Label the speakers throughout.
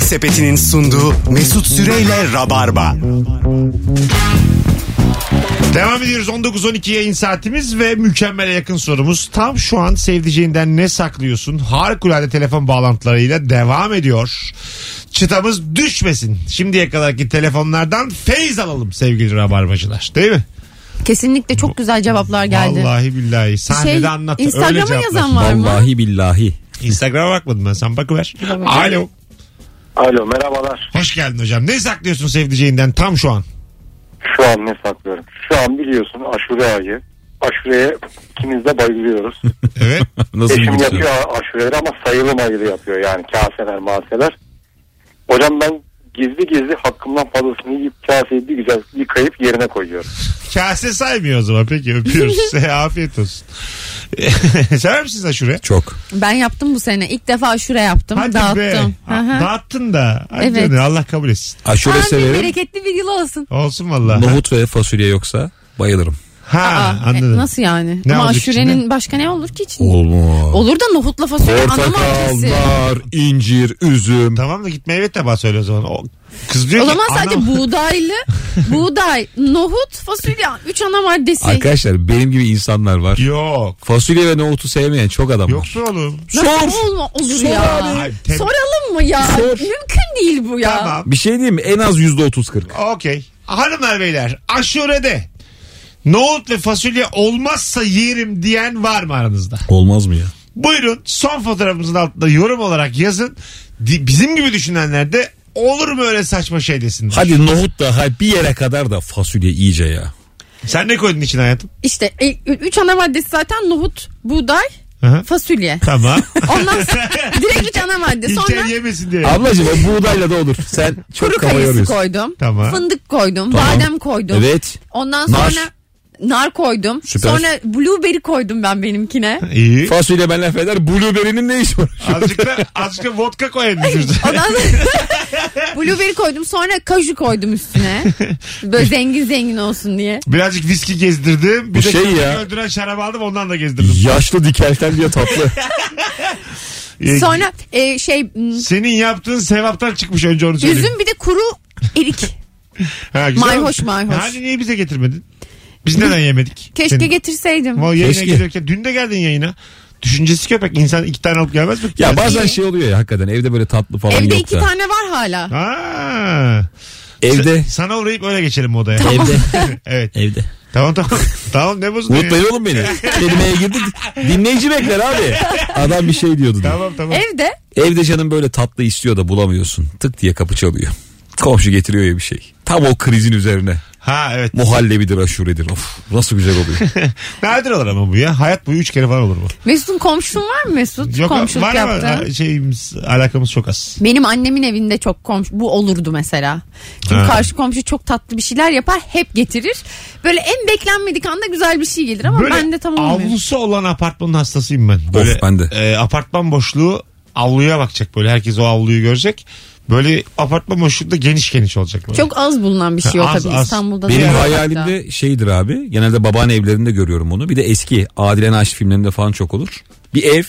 Speaker 1: Sepeti'nin sunduğu Mesut Süreyle Rabarba.
Speaker 2: Devam ediyoruz 19-12 yayın saatimiz ve mükemmele yakın sorumuz. Tam şu an sevdiceğinden ne saklıyorsun? Harikulade telefon bağlantılarıyla devam ediyor. Çıtamız düşmesin. Şimdiye kadarki telefonlardan feyz alalım sevgili rabarbacılar. Değil mi?
Speaker 3: Kesinlikle çok güzel cevaplar geldi.
Speaker 2: Vallahi billahi. Sahnede
Speaker 3: şey
Speaker 2: anlat. Öyle
Speaker 3: Instagram'a
Speaker 2: cevaplar.
Speaker 3: yazan var mı?
Speaker 4: Vallahi billahi.
Speaker 2: Instagram'a bakmadım ben. Sen bakıver. Alo.
Speaker 5: Alo merhabalar.
Speaker 2: Hoş geldin hocam. Ne saklıyorsun sevdiceğinden tam şu an?
Speaker 5: Şu an ne saklıyorum? Şu an biliyorsun aşure ayı. Aşureye ikimiz de bayılıyoruz.
Speaker 2: Evet.
Speaker 4: Nasıl bir
Speaker 5: Eşim
Speaker 4: güç
Speaker 5: yapıyor
Speaker 4: ya?
Speaker 5: aşureleri ama sayılı mayılı yapıyor yani kaseler maseler. Hocam ben gizli gizli hakkımdan fazlasını yiyip kaseyi bir güzel yıkayıp yerine koyuyorum.
Speaker 2: Kase saymıyor o zaman. Peki öpüyoruz. Size afiyet olsun. Sever misiniz aşure?
Speaker 4: Çok.
Speaker 3: Ben yaptım bu sene. İlk defa şura yaptım.
Speaker 2: Hadi
Speaker 3: dağıttım.
Speaker 2: be.
Speaker 3: Hı hı.
Speaker 2: A- Dağıttın da. Hadi
Speaker 3: Evet.
Speaker 2: canım, Allah kabul etsin.
Speaker 4: Aşure
Speaker 3: Amin,
Speaker 4: severim.
Speaker 3: bereketli bir yıl olsun.
Speaker 2: Olsun valla.
Speaker 4: Nohut ve fasulye yoksa bayılırım.
Speaker 2: Ha
Speaker 3: Aa,
Speaker 2: anladım.
Speaker 3: e, nasıl yani?
Speaker 2: Ne
Speaker 3: Ama
Speaker 2: olacak
Speaker 3: aşurenin
Speaker 2: içinde?
Speaker 3: başka ne olur ki içinde?
Speaker 4: Olmaz.
Speaker 3: Olur da nohutla fasulye ana
Speaker 4: Portakal,
Speaker 3: maddesi.
Speaker 4: nar, incir, üzüm.
Speaker 2: Tamam da git meyve tabağı söyle o zaman. O, kız diyor
Speaker 3: O
Speaker 2: ki,
Speaker 3: zaman sadece
Speaker 2: anam-
Speaker 3: buğdaylı, buğday, nohut, fasulye. Üç ana maddesi.
Speaker 4: Arkadaşlar benim gibi insanlar var.
Speaker 2: Yok.
Speaker 4: Fasulye ve nohutu sevmeyen çok adam var.
Speaker 2: Yoksa oğlum.
Speaker 4: Sor.
Speaker 3: Nasıl olma, olur
Speaker 4: Sor
Speaker 3: ya?
Speaker 4: abi.
Speaker 2: Ay, tem-
Speaker 3: Soralım mı ya?
Speaker 4: Sor.
Speaker 3: Mümkün değil bu ya.
Speaker 2: Tamam.
Speaker 4: Bir şey diyeyim mi? En az yüzde otuz kırk.
Speaker 2: Okey. Hanımlar beyler aşurede nohut ve fasulye olmazsa yerim diyen var mı aranızda?
Speaker 4: Olmaz mı ya?
Speaker 2: Buyurun son fotoğrafımızın altında yorum olarak yazın. Di- Bizim gibi düşünenler de olur mu öyle saçma şey desinler.
Speaker 4: Hadi nohut da hay bir yere kadar da fasulye iyice ya.
Speaker 2: Sen ne koydun için hayatım?
Speaker 3: İşte e, üç ana maddesi zaten nohut, buğday,
Speaker 2: Hı-hı.
Speaker 3: fasulye.
Speaker 2: Tamam.
Speaker 3: Ondan sonra direkt üç ana madde.
Speaker 2: İlker
Speaker 3: Sonra
Speaker 2: yemesin diye.
Speaker 4: Ablacığım o buğdayla da olur. Sen çok
Speaker 3: kuru
Speaker 4: kafa
Speaker 3: kayısı
Speaker 4: yoruyorsun.
Speaker 3: koydum.
Speaker 2: Tamam.
Speaker 3: Fındık koydum.
Speaker 4: Tamam.
Speaker 3: Badem koydum.
Speaker 4: Evet.
Speaker 3: Ondan sonra
Speaker 4: Nar.
Speaker 3: nar, koydum.
Speaker 4: Süper.
Speaker 3: Sonra blueberry koydum ben benimkine.
Speaker 2: İyi.
Speaker 4: Fasulye ben laf eder. Blueberry'nin ne işi var?
Speaker 2: Azıcık da, azıcık da vodka koyalım
Speaker 3: Ondan sonra blueberry koydum. Sonra kaju koydum üstüne. Böyle zengin zengin olsun diye.
Speaker 2: Birazcık viski gezdirdim. Bir
Speaker 4: Bu
Speaker 2: de
Speaker 4: şey
Speaker 2: köpeği
Speaker 4: ya.
Speaker 2: öldüren şarap aldım ondan da gezdirdim.
Speaker 4: Yaşlı dikelten diye tatlı.
Speaker 2: Ee,
Speaker 3: Sonra e, şey m,
Speaker 2: Senin yaptığın sevaptan çıkmış önce onu söyleyeyim.
Speaker 3: üzüm bir de kuru erik.
Speaker 2: Ha, güzel
Speaker 3: Mayhoş,
Speaker 2: olmuş.
Speaker 3: mayhoş.
Speaker 2: Hani niye bize getirmedin? Biz neden yemedik?
Speaker 3: Keşke
Speaker 2: Senin-
Speaker 3: getirseydim.
Speaker 2: O yayına
Speaker 4: Keşke.
Speaker 2: gelirken- dün de geldin yayına. Düşüncesi köpek. İnsan iki tane alıp gelmez mi?
Speaker 4: ya bazen şey oluyor ya hakikaten evde böyle tatlı falan
Speaker 3: Evde
Speaker 4: yok
Speaker 3: iki
Speaker 4: da.
Speaker 3: tane var hala.
Speaker 2: Ha.
Speaker 4: Evde.
Speaker 2: Sana uğrayıp öyle geçelim odaya.
Speaker 4: Evde.
Speaker 2: evet.
Speaker 4: Evde.
Speaker 2: Tamam tamam. tamam ne bozdun ya?
Speaker 4: Unutmayın oğlum beni. Kelimeye girdik. Dinleyici bekler abi. Adam bir şey diyordu. diye.
Speaker 2: Tamam tamam.
Speaker 3: Evde
Speaker 4: Evde canım böyle tatlı istiyor da bulamıyorsun. Tık diye kapı çalıyor. Komşu getiriyor ya bir şey. Tam o krizin üzerine.
Speaker 2: Ha evet.
Speaker 4: Muhallebidir aşuredir. Of nasıl güzel oluyor.
Speaker 2: Nadir olur ama bu ya. Hayat boyu üç kere falan olur bu.
Speaker 3: Mesut'un komşun var mı Mesut? Komşuluk
Speaker 2: var
Speaker 3: yaptı.
Speaker 2: ama şeyimiz, alakamız çok az.
Speaker 3: Benim annemin evinde çok komşu bu olurdu mesela. Çünkü
Speaker 2: Ha.
Speaker 3: karşı komşu çok tatlı bir şeyler yapar, hep getirir. Böyle en beklenmedik anda güzel bir şey gelir ama
Speaker 2: Böyle
Speaker 3: ben de tam olmuyor.
Speaker 2: avlusu olan apartmanın hastasıyım ben. Böyle,
Speaker 4: ben de.
Speaker 2: e, apartman boşluğu avluya bakacak böyle. Herkes o avluyu görecek. Böyle apartman boşluğu da geniş geniş olacak. Böyle.
Speaker 3: Çok az bulunan bir şey o
Speaker 2: Ha, az,
Speaker 3: tabii
Speaker 2: az.
Speaker 3: İstanbul'da.
Speaker 4: Benim
Speaker 3: da-
Speaker 4: hayalimde şeydir abi. Genelde babaanne evlerinde görüyorum onu. Bir de eski Adile Naşit filmlerinde falan çok olur. Bir ev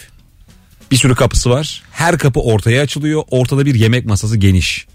Speaker 4: bir sürü kapısı var. Her kapı ortaya açılıyor. Ortada bir yemek masası geniş.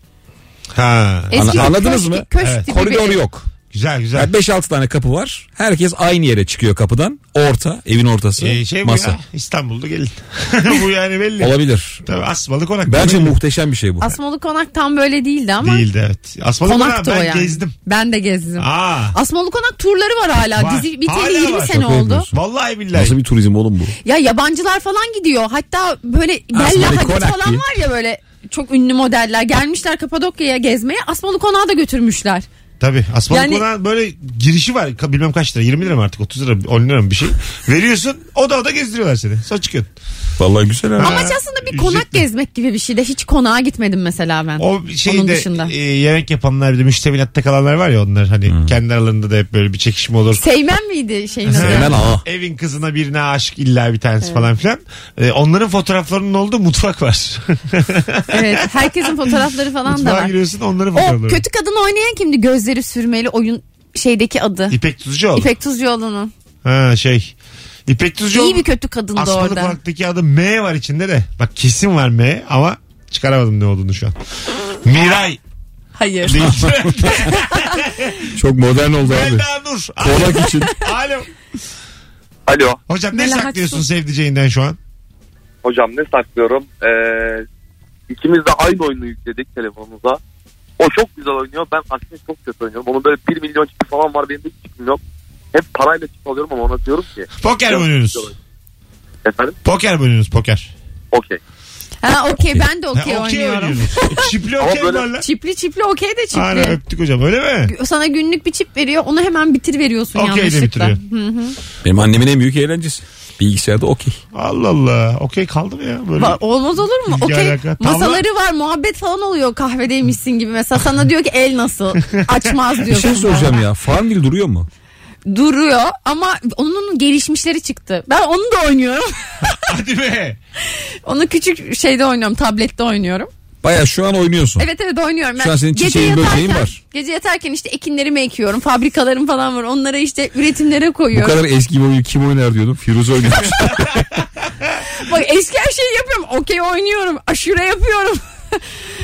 Speaker 2: Ha.
Speaker 3: Eski
Speaker 4: Ana- anladınız
Speaker 3: köşk-
Speaker 4: mı?
Speaker 3: Köşk
Speaker 2: Evet.
Speaker 3: tipi
Speaker 4: Koridor
Speaker 3: bir-
Speaker 4: yok.
Speaker 2: Güzel güzel.
Speaker 4: Yani 5-6 tane kapı var. Herkes aynı yere çıkıyor kapıdan. Orta, evin ortası,
Speaker 2: Ee, şey bu
Speaker 4: masa.
Speaker 2: ya İstanbul'da gelin. bu yani belli.
Speaker 4: Olabilir.
Speaker 2: Tabii asmalı konak.
Speaker 4: Bence muhteşem bir şey bu.
Speaker 3: Asmalı konak tam böyle değildi ama.
Speaker 2: Değildi evet. Asmalı konak
Speaker 3: Konaktı
Speaker 2: ben
Speaker 3: o yani.
Speaker 2: gezdim.
Speaker 3: Ben de gezdim.
Speaker 2: Aa.
Speaker 3: Asmalı konak turları var hala.
Speaker 2: Var.
Speaker 3: Dizi biteli
Speaker 2: Hala
Speaker 3: 20
Speaker 2: var.
Speaker 3: sene
Speaker 4: Şaka
Speaker 3: oldu.
Speaker 4: yapıyorsun.
Speaker 2: Vallahi billahi.
Speaker 4: Nasıl bir turizm oğlum bu?
Speaker 3: Ya yabancılar falan gidiyor. Hatta böyle
Speaker 4: Asmalı
Speaker 3: Bella Hadid
Speaker 4: Konak
Speaker 3: falan
Speaker 4: diye.
Speaker 3: var ya böyle çok ünlü modeller gelmişler Kapadokya'ya gezmeye. Asmalı konağa da götürmüşler.
Speaker 2: Tabii asmalı
Speaker 3: Yani-
Speaker 2: konağın böyle girişi var. Ka- Bilmem kaç lira 20 lira mı artık 30 lira mı, 10 lira mı bir şey. Veriyorsun o da o da gezdiriyorlar seni. Sonra çıkıyorsun.
Speaker 4: Vallahi güzel abi.
Speaker 3: Amaç aslında bir konak
Speaker 2: ücretli.
Speaker 3: gezmek gibi bir şey de hiç konağa gitmedim mesela ben.
Speaker 2: O
Speaker 3: Onun
Speaker 2: şeyde
Speaker 3: dışında.
Speaker 2: e, yemek yapanlar bir de müştemilatta kalanlar var ya onlar hani kendi aralarında da hep böyle bir çekişme olur.
Speaker 3: Seymen miydi şeyin adı?
Speaker 4: Seymen ağa.
Speaker 2: Evin kızına birine aşık illa bir tanesi falan filan. E, onların fotoğraflarının olduğu mutfak var.
Speaker 3: Evet herkesin fotoğrafları falan da
Speaker 2: Mutfağa
Speaker 3: var.
Speaker 2: giriyorsun onların fotoğrafları.
Speaker 3: O kötü kadın oynayan kimdi? Gözleri sürmeli oyun şeydeki adı.
Speaker 2: İpek Tuzcuoğlu.
Speaker 3: İpek Tuzcuoğlu'nun.
Speaker 2: Ha şey. İpek Tuzcuoğlu.
Speaker 3: İyi bir kötü kadındı
Speaker 2: Asmalı
Speaker 3: orada.
Speaker 2: Kulak'taki adı M var içinde de. Bak kesin var M ama çıkaramadım ne olduğunu şu an. Miray.
Speaker 6: Hayır.
Speaker 4: Çok modern oldu abi.
Speaker 2: Melda Nur. Alo.
Speaker 4: Kolak için.
Speaker 2: Alo.
Speaker 7: Alo.
Speaker 2: Hocam ne
Speaker 6: Melahatsun.
Speaker 2: saklıyorsun sevdiceğinden şu an?
Speaker 7: Hocam ne saklıyorum? Ee, ikimiz de aynı oyunu yükledik telefonumuza. O çok güzel oynuyor. Ben aslında çok kötü oynuyorum. Onun böyle 1 milyon çipi falan var. Benim de hiç çipim yok. Hep parayla çip alıyorum ama ona diyorum ki.
Speaker 2: Poker mi
Speaker 7: Yok,
Speaker 2: oynuyorsunuz?
Speaker 7: yok. Efendim?
Speaker 2: Poker mi oynuyorsunuz? Poker.
Speaker 7: Okey.
Speaker 3: Ha okey ben de
Speaker 2: Ha,
Speaker 3: okey oynuyorum.
Speaker 2: oynuyorsunuz. Çipli
Speaker 7: Ama
Speaker 2: okey mi
Speaker 7: böyle-
Speaker 2: var lan?
Speaker 3: Çipli çipli okey de çipli.
Speaker 2: Aynen öptük hocam öyle mi?
Speaker 3: Sana günlük bir çip veriyor onu hemen bitir veriyorsun
Speaker 2: Okey de
Speaker 3: yanlışlıkla.
Speaker 2: bitiriyor.
Speaker 3: Hı hı.
Speaker 4: Benim annemin en büyük eğlencesi. Bilgisayarda okey.
Speaker 2: Allah Allah. Okey kaldı mı ya? Böyle.
Speaker 3: Va- Olmaz olur mu?
Speaker 2: İlgi
Speaker 3: Okey.
Speaker 2: alaka. Tavla-
Speaker 3: Masaları var muhabbet falan oluyor kahvedeymişsin gibi mesela sana diyor ki el nasıl açmaz diyor.
Speaker 4: Bir şey soracağım ya. Farmville duruyor mu?
Speaker 3: Duruyor ama onun gelişmişleri çıktı. Ben onu da oynuyorum.
Speaker 2: Hadi be.
Speaker 3: onu küçük şeyde oynuyorum tablette oynuyorum.
Speaker 4: Baya şu an oynuyorsun.
Speaker 3: Evet evet oynuyorum. Ben
Speaker 4: Şu an senin
Speaker 3: gece
Speaker 4: çiçeğin,
Speaker 3: yatarken-
Speaker 4: böceğin var.
Speaker 3: Gece yatarken işte ekinlerimi ekiyorum. Fabrikalarım falan var. Onlara işte üretimlere
Speaker 4: Bu
Speaker 3: koyuyorum.
Speaker 4: kadar eski bir oyun kim oynar diyordum. Firuze oynamış.
Speaker 3: Bak eski her şeyi yapıyorum. Okey oynuyorum. Aşure yapıyorum.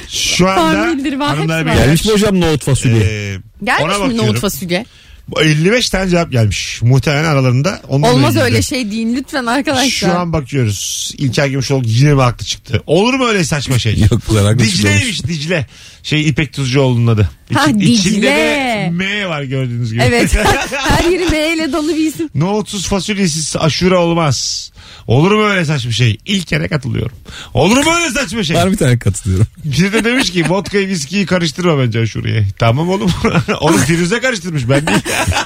Speaker 2: Şu anda
Speaker 3: Formüldür, var,
Speaker 2: hanımlar
Speaker 3: hepsi
Speaker 2: beyler.
Speaker 3: var.
Speaker 4: Gelmiş mi hocam nohut fasulye?
Speaker 2: Ee,
Speaker 3: Gelmiş
Speaker 2: ona
Speaker 3: mi
Speaker 2: bakıyorum.
Speaker 3: nohut fasulye?
Speaker 2: Bu 55 tane cevap gelmiş. Muhtemelen aralarında. Onunla
Speaker 3: Olmaz
Speaker 2: ilgili de.
Speaker 3: öyle şey deyin lütfen arkadaşlar.
Speaker 2: Şu an bakıyoruz. İlker Gümüşoğlu yine mi haklı çıktı? Olur mu öyle saçma şey?
Speaker 4: Yok bunlar haklı çıkmamış.
Speaker 2: Dicle'ymiş Dicle. Şey İpek Tuzcuoğlu'nun adı.
Speaker 3: Ha,
Speaker 2: İçi-
Speaker 3: Dicle.
Speaker 2: İçinde de M var gördüğünüz gibi.
Speaker 3: Evet. her yeri M ile dolu bir isim.
Speaker 2: Nohutsuz fasulyesiz aşure olmaz. Olur mu öyle saçma şey? İlk kere katılıyorum. Olur mu öyle saçma şey?
Speaker 4: Var bir tane katılıyorum.
Speaker 2: Bir de demiş ki vodkayı viskiyi karıştırma bence aşureye. Tamam oğlum. oğlum Firuze karıştırmış ben değil.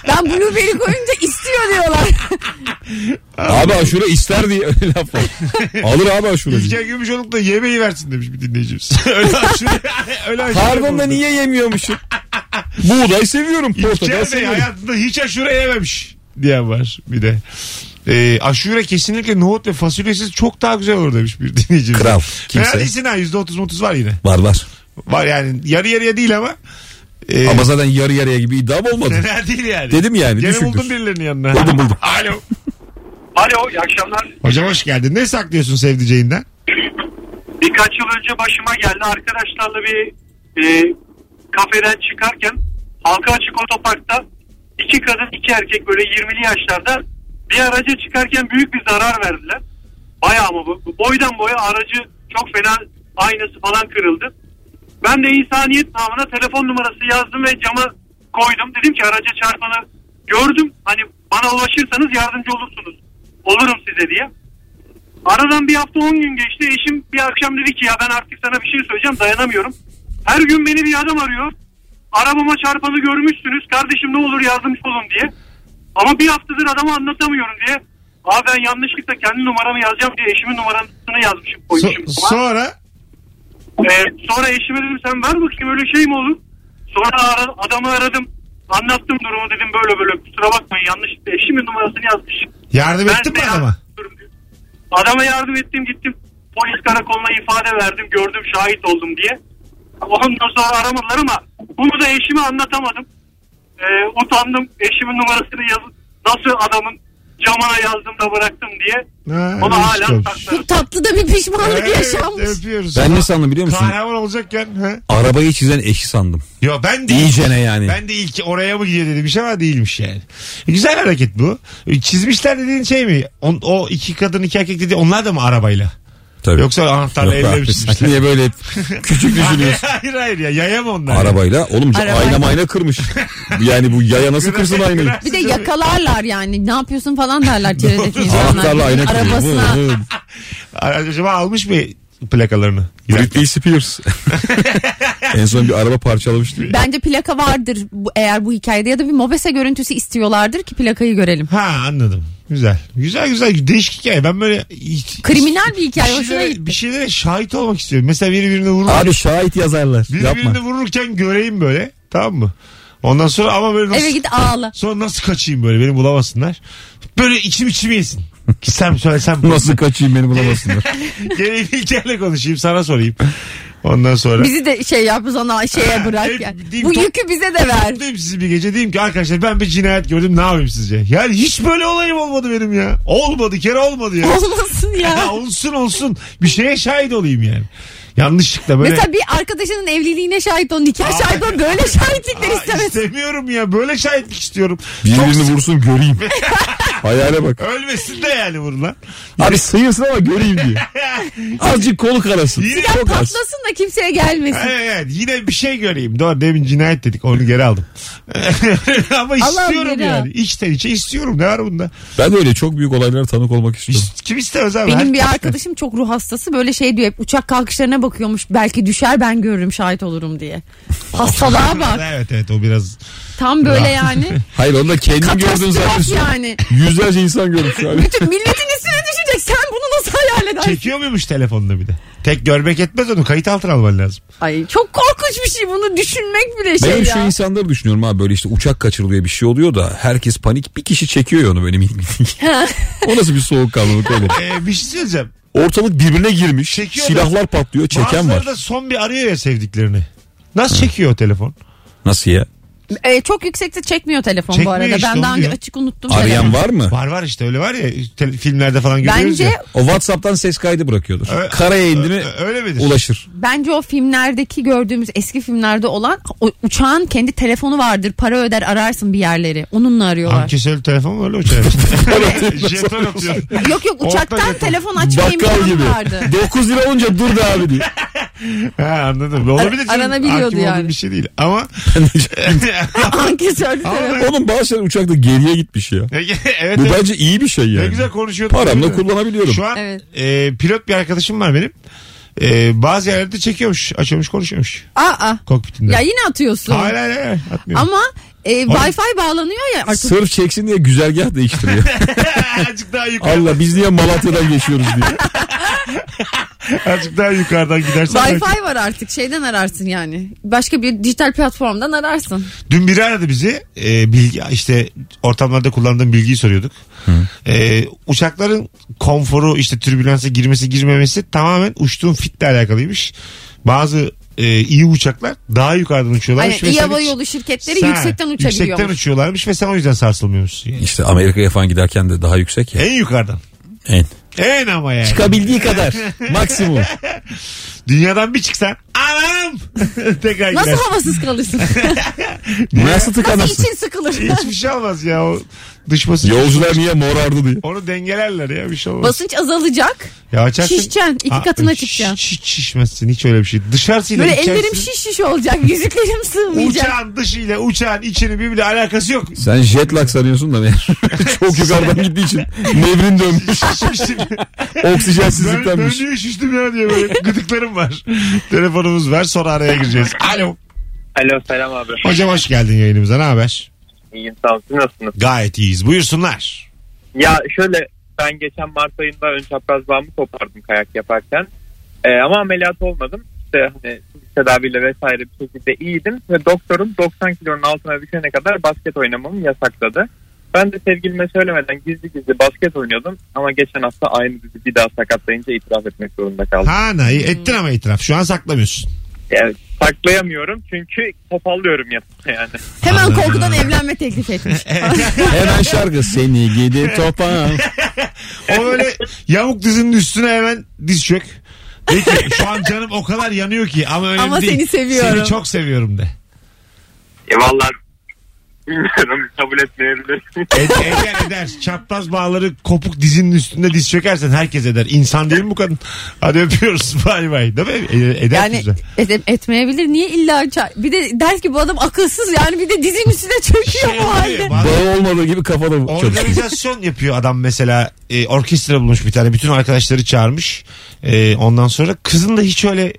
Speaker 3: Ben blueberry koyunca istiyor diyorlar.
Speaker 4: Abi aşure ister diye öyle laf var. Alır abi aşure.
Speaker 2: İlker Gümüşoluk da yemeği versin demiş bir dinleyicimiz. öyle aşure. öyle aşure
Speaker 4: Harbon da
Speaker 2: konusunda.
Speaker 4: niye yemiyormuşum? Buğday seviyorum. Portakal
Speaker 2: İlker Bey
Speaker 4: seviyorum.
Speaker 2: hayatında hiç aşure yememiş diyen var bir de. Ee, aşure kesinlikle nohut ve fasulyesiz çok daha güzel olur demiş bir dinleyicimiz.
Speaker 4: Kral.
Speaker 2: Kimse. Fena
Speaker 4: Kimse.
Speaker 2: değilsin ha %30 30 var yine.
Speaker 4: Var var.
Speaker 2: Var yani yarı yarıya değil ama. Ee,
Speaker 4: Ama zaten yarı yarıya gibi iddiam olmadı.
Speaker 2: Fena değil yani.
Speaker 4: Dedim yani
Speaker 2: Gene buldum
Speaker 4: düşüktür.
Speaker 2: birilerinin yanına.
Speaker 4: Buldum, buldum.
Speaker 2: Alo.
Speaker 8: Alo iyi akşamlar.
Speaker 2: Hocam hoş geldin. Ne saklıyorsun sevdiceğinden?
Speaker 8: Birkaç yıl önce başıma geldi. Arkadaşlarla bir e, kafeden çıkarken halka açık otoparkta iki kadın iki erkek böyle 20'li yaşlarda bir araca çıkarken büyük bir zarar verdiler. Bayağı mı bu? bu Boydan boya aracı çok fena aynası falan kırıldı. Ben de insaniyet namına telefon numarası yazdım ve cama koydum. Dedim ki araca çarpanı gördüm. Hani bana ulaşırsanız yardımcı olursunuz. Olurum size diye. Aradan bir hafta 10 gün geçti. Eşim bir akşam dedi ki ya ben artık sana bir şey söyleyeceğim dayanamıyorum. Her gün beni bir adam arıyor. Arabama çarpanı görmüşsünüz. Kardeşim ne olur yardımcı olun diye. Ama bir haftadır adama anlatamıyorum diye. Abi ben yanlışlıkla kendi numaramı yazacağım diye eşimin numarasını yazmışım. koymuşum.
Speaker 2: So- sonra
Speaker 8: Ee, sonra eşime dedim sen ver bakayım öyle şey mi olur? Sonra ara- adamı aradım. Anlattım durumu dedim böyle böyle kusura bakmayın yanlış eşimin numarasını yazmış.
Speaker 2: yardım ettin mi
Speaker 8: de
Speaker 2: adama?
Speaker 8: yardım ediyorum diyor. Adama yardım ettim gittim polis karakoluna ifade verdim gördüm şahit oldum diye. Ondan sonra aramadılar ama bunu da eşime anlatamadım. Ee, utandım eşimin numarasını yazıp nasıl adamın camına yazdım da bıraktım diye.
Speaker 2: Ha,
Speaker 8: Onu
Speaker 2: ilginç
Speaker 8: hala
Speaker 2: olmuş.
Speaker 8: saklarım.
Speaker 3: Bu tatlı da bir pişmanlık
Speaker 2: Evet,
Speaker 3: yaşanmış.
Speaker 2: Öpüyoruz.
Speaker 4: şey Ben ne sandım biliyor musun?
Speaker 2: Kahraman olacakken. Ha?
Speaker 4: Arabayı çizen eşi sandım.
Speaker 2: Yo ben de
Speaker 4: İyicene yani.
Speaker 2: Ben de ilk oraya mı gidiyor dedim şey ama değilmiş yani. E, Güzel hareket bu. E, Çizmişler dediğin şey mi? On- o iki kadın iki erkek dedi onlar da mı arabayla?
Speaker 4: Tabii.
Speaker 2: Yoksa anahtarla
Speaker 4: Yok abi,
Speaker 2: evle mi
Speaker 4: sen
Speaker 2: çizmişler?
Speaker 4: niye böyle hep küçük düşünüyorsun?
Speaker 2: hayır hayır ya yaya mı onlar?
Speaker 4: Arabayla. Oğlum
Speaker 3: Arabayla.
Speaker 4: ayna mayna kırmış. Yani bu yaya nasıl kırsın aynayı?
Speaker 3: Bir de yakalarlar yani. Ne yapıyorsun falan derler çevredeki insanlar.
Speaker 4: Anahtarla ayna kırıyor.
Speaker 3: Arabasına.
Speaker 4: Hı, hı.
Speaker 2: Acaba almış mı plakalarını?
Speaker 4: Britney Spears. en son bir araba parçalamıştı.
Speaker 3: Bence plaka vardır bu, eğer bu hikayede ya da bir mobese görüntüsü istiyorlardır ki plakayı görelim.
Speaker 2: Ha anladım. Güzel. Güzel güzel. Değişik hikaye. Ben böyle
Speaker 3: Kriminal bir
Speaker 2: bir
Speaker 3: hikaye hoşuna
Speaker 2: şeylere, bir
Speaker 3: gitti.
Speaker 2: şeylere şahit olmak istiyorum. Mesela biri birini vurur.
Speaker 4: Abi şahit yazarlar.
Speaker 2: biri
Speaker 4: Yapma.
Speaker 2: birini vururken göreyim böyle. Tamam mı? Ondan sonra ama böyle nasıl,
Speaker 3: Eve git ağla.
Speaker 2: sonra nasıl kaçayım böyle beni bulamasınlar. Böyle içim içimi yesin. Gitsem söylesem.
Speaker 4: Nasıl kaçayım beni bulamasınlar.
Speaker 2: Geleyim İlker'le konuşayım sana sorayım. Ondan sonra.
Speaker 3: Bizi de şey yap sana şeye bırak yani.
Speaker 2: Hep-
Speaker 3: Bu yükü bize de ver.
Speaker 2: Diyeyim sizi bir gece diyeyim ki arkadaşlar ben bir cinayet gördüm ne yapayım sizce? Yani hiç böyle olayım olmadı benim ya. Olmadı kere olmadı ya.
Speaker 3: Olmasın ya.
Speaker 2: olsun olsun bir şeye şahit olayım yani. Yanlışlıkla böyle.
Speaker 3: Mesela bir arkadaşının evliliğine şahit ol, nikah şahit ol böyle şahitlikler
Speaker 2: Aa,
Speaker 3: şey istemez.
Speaker 2: istemiyorum ya. Böyle şahitlik istiyorum. Çok
Speaker 4: Birbirini
Speaker 2: sık-
Speaker 4: vursun göreyim. Hayale bak.
Speaker 2: Ölmesin de yani vurulan.
Speaker 4: Abi sıyırsın ama göreyim diye. Azıcık kolu karasın.
Speaker 2: Yine-
Speaker 4: Çok az.
Speaker 3: Patlasın da kimseye gelmesin.
Speaker 2: Evet, evet. yine bir şey göreyim. Doğru demin cinayet dedik onu geri aldım. Ama istiyorum
Speaker 3: geri al.
Speaker 2: yani. İçten içe istiyorum. Ne var bunda?
Speaker 4: Ben de öyle çok büyük olaylara tanık olmak istiyorum.
Speaker 2: İst- Kim istemez abi?
Speaker 3: Benim
Speaker 2: Her-
Speaker 3: bir arkadaşım çok ruh hastası böyle şey diyor hep uçak kalkışlarına bakıyormuş belki düşer ben görürüm şahit olurum diye. Hastalığa bak
Speaker 2: Evet evet o biraz.
Speaker 3: tam böyle yani.
Speaker 4: Hayır onu da kendin gördün
Speaker 3: Katastrof
Speaker 4: zaten.
Speaker 3: yani.
Speaker 4: Yüzlerce insan görmüş abi.
Speaker 2: Şey
Speaker 3: Bütün milletin üstüne düşecek sen bunu nasıl hayal edersin?
Speaker 2: Çekiyor muymuş telefonda bir de? Tek görmek etmez onu kayıt altına alman lazım.
Speaker 3: Ay çok korkunç bir şey bunu düşünmek bile şey
Speaker 4: Ben hep şu
Speaker 3: ya.
Speaker 4: insanları düşünüyorum abi böyle işte uçak kaçırılıyor bir şey oluyor da herkes panik bir kişi çekiyor ya onu böyle minik minik. o nasıl bir soğukkanlılık oğlum.
Speaker 2: Ee, bir şey söyleyeceğim.
Speaker 4: Ortalık birbirine girmiş
Speaker 2: Çekiyor da-
Speaker 4: silahlar patlıyor çeken
Speaker 2: Bazıları
Speaker 4: var.
Speaker 2: da son bir arıyor ya sevdiklerini. Nasıl çekiyor o telefon?
Speaker 4: Nasıl ya?
Speaker 3: E, çok yüksekte çekmiyor telefon bu
Speaker 2: Çekmiyor
Speaker 3: arada.
Speaker 2: işte,
Speaker 3: ben
Speaker 2: onu
Speaker 3: daha önce
Speaker 2: diyor.
Speaker 3: açık unuttum. telefonu.
Speaker 4: Arayan var mı?
Speaker 2: Var var işte öyle var ya te- filmlerde falan görüyoruz
Speaker 3: Bence
Speaker 2: ya.
Speaker 4: O Whatsapp'tan ses kaydı bırakıyordur.
Speaker 2: Ö-
Speaker 4: Karaya indi mi
Speaker 2: Ö- Öyle midir?
Speaker 4: ulaşır.
Speaker 3: bence o filmlerdeki gördüğümüz eski filmlerde olan o uçağın kendi telefonu vardır. Para öder ararsın bir yerleri. Onunla arıyorlar.
Speaker 2: Ankesörlü telefon öyle uçar işte. Jeton atıyor.
Speaker 3: Yok yok uçaktan
Speaker 2: Ortak-
Speaker 3: telefon açma
Speaker 4: Bakkal
Speaker 3: imkanı
Speaker 4: gibi.
Speaker 3: vardı.
Speaker 4: 9 lira olunca dur da abi diye.
Speaker 2: Ha anladım. Olabilir. canım.
Speaker 3: aranabiliyordu
Speaker 2: Hakim olduğum
Speaker 3: yani.
Speaker 2: Bir şey değil ama.
Speaker 3: Ankesörlü
Speaker 2: Ama-
Speaker 3: telefon.
Speaker 4: Oğlum bazı şeyler uçakta geriye gitmiş ya.
Speaker 2: evet.
Speaker 4: Bu
Speaker 2: evet.
Speaker 4: bence iyi bir şey yani.
Speaker 2: Ne güzel konuşuyorduk.
Speaker 4: Paramla kullanabiliyorum.
Speaker 2: Şu an
Speaker 3: Evet.
Speaker 2: e, pilot bir arkadaşım var benim. E, bazı yerlerde çekiyormuş, açıyormuş, konuşuyormuş
Speaker 3: Aa,
Speaker 2: kokpitinde.
Speaker 3: ya yine atıyorsun.
Speaker 2: Hayır hayır hayır atmıyor.
Speaker 3: Ama e, Wi-Fi bağlanıyor ya artık.
Speaker 4: Sırf çeksin diye güzergah değiştiriyor.
Speaker 2: azıcık daha yukarı,
Speaker 4: Allah biz niye Malatya'dan geçiyoruz diye.
Speaker 2: azıcık daha yukarıdan gidersen. belki-
Speaker 3: Wi-Fi var artık şeyden ararsın yani. Başka bir dijital platformdan ararsın.
Speaker 2: Dün biri aradı bizi. E, bilgi işte ortamlarda kullandığım bilgiyi soruyorduk. E, uçakların konforu işte türbülansa girmesi girmemesi tamamen uçtuğun fitle alakalıymış. Bazı e, iyi uçaklar daha yukarıdan uçuyorlarmış.
Speaker 3: Hani
Speaker 2: ve
Speaker 3: iyi
Speaker 2: sen
Speaker 3: hava
Speaker 2: hiç-
Speaker 3: yolu şirketleri
Speaker 2: Sen-
Speaker 3: yüksekten
Speaker 2: Yüksekten
Speaker 3: uçabiliyormuş.
Speaker 2: uçuyorlarmış ve sen o yüzden sarsılmıyormuşsun. Yani.
Speaker 4: İşte Amerika'ya falan giderken de daha yüksek ya.
Speaker 2: En yukarıdan.
Speaker 4: En.
Speaker 2: En ama yani.
Speaker 4: Çıkabildiği kadar. Maksimum.
Speaker 2: Dünyadan bir çıksan anam tekrar
Speaker 3: Nasıl
Speaker 2: gidersin.
Speaker 3: havasız kalırsın?
Speaker 4: Nasıl
Speaker 3: Nasıl
Speaker 4: tıkanırsın?
Speaker 3: için sıkılır?
Speaker 2: Hiçbir şey olmaz ya o dış basınç.
Speaker 4: Yolcular niye morardı diye.
Speaker 2: Onu dengelerler ya bir şey olmaz.
Speaker 3: Basınç azalacak.
Speaker 2: ya açarsın.
Speaker 3: şişeceksin, iki
Speaker 2: Aa,
Speaker 3: katına
Speaker 2: şiş-
Speaker 3: çıkacaksın.
Speaker 2: Hiç şişmezsin hiç öyle bir şey. Dışarısıyla
Speaker 3: Böyle
Speaker 2: içerisi-
Speaker 3: ellerim şiş şiş olacak. Yüzüklerim sığmayacak.
Speaker 2: Uçağın dışıyla uçağın içini birbiriyle alakası yok.
Speaker 4: Sen jet lag sanıyorsun da meğer. Çok yukarıdan gittiği için nevrin dönmüş.
Speaker 2: Şişmişim. ben, ben
Speaker 4: Oksijensizliktenmiş.
Speaker 2: niye şiştim ya diye böyle gıdıklarım var. Telefonumuz var sonra araya gireceğiz. Alo.
Speaker 7: Alo selam abi.
Speaker 2: Hocam hoş geldin yayınımıza ne haber?
Speaker 7: İyiyim sağ olun. Siz nasılsınız?
Speaker 2: Gayet iyiyiz buyursunlar.
Speaker 7: Ya şöyle ben geçen Mart ayında ön çapraz bağımı kopardım kayak yaparken. Ee, ama ameliyat olmadım. İşte hani tedaviyle vesaire bir şekilde iyiydim. Ve doktorum 90 kilonun altına düşene kadar basket oynamamı yasakladı. Ben de sevgilime söylemeden gizli gizli basket oynuyordum. Ama geçen hafta aynı dizi bir daha sakatlayınca itiraf etmek zorunda kaldım.
Speaker 2: Ha na, ettin ama itiraf şu an saklamıyorsun.
Speaker 7: Yani saklayamıyorum çünkü topallıyorum ya yani.
Speaker 3: Hemen korkudan evlenme teklif etmiş.
Speaker 4: Hemen şarkı seni gidi topa.
Speaker 2: O böyle yamuk dizinin üstüne hemen diz çök. De ki şu an canım o kadar yanıyor ki ama önemli
Speaker 3: Ama
Speaker 2: değil.
Speaker 3: seni seviyorum.
Speaker 2: Seni çok seviyorum de.
Speaker 7: E valla bilmiyorum kabul etmeyebilirim.
Speaker 2: Ed, E, eder eder. Çapraz bağları kopuk dizinin üstünde diz çökersen herkes eder. İnsan değil mi bu kadın? Hadi öpüyoruz. Bay bay. Değil mi? E- Eder
Speaker 3: Yani
Speaker 2: güzel.
Speaker 3: et- etmeyebilir. Niye illa ça- Bir de der ki bu adam akılsız yani bir de dizin üstüne çöküyor
Speaker 2: Şey
Speaker 3: bu
Speaker 2: oluyor
Speaker 3: halde.
Speaker 2: ya, bazen
Speaker 4: Bağı olmadığı gibi kafada çalışıyor.
Speaker 2: Organizasyon yapıyor adam mesela E, orkestra bulmuş bir tane bütün arkadaşları çağırmış E, ondan sonra kızın da hiç öyle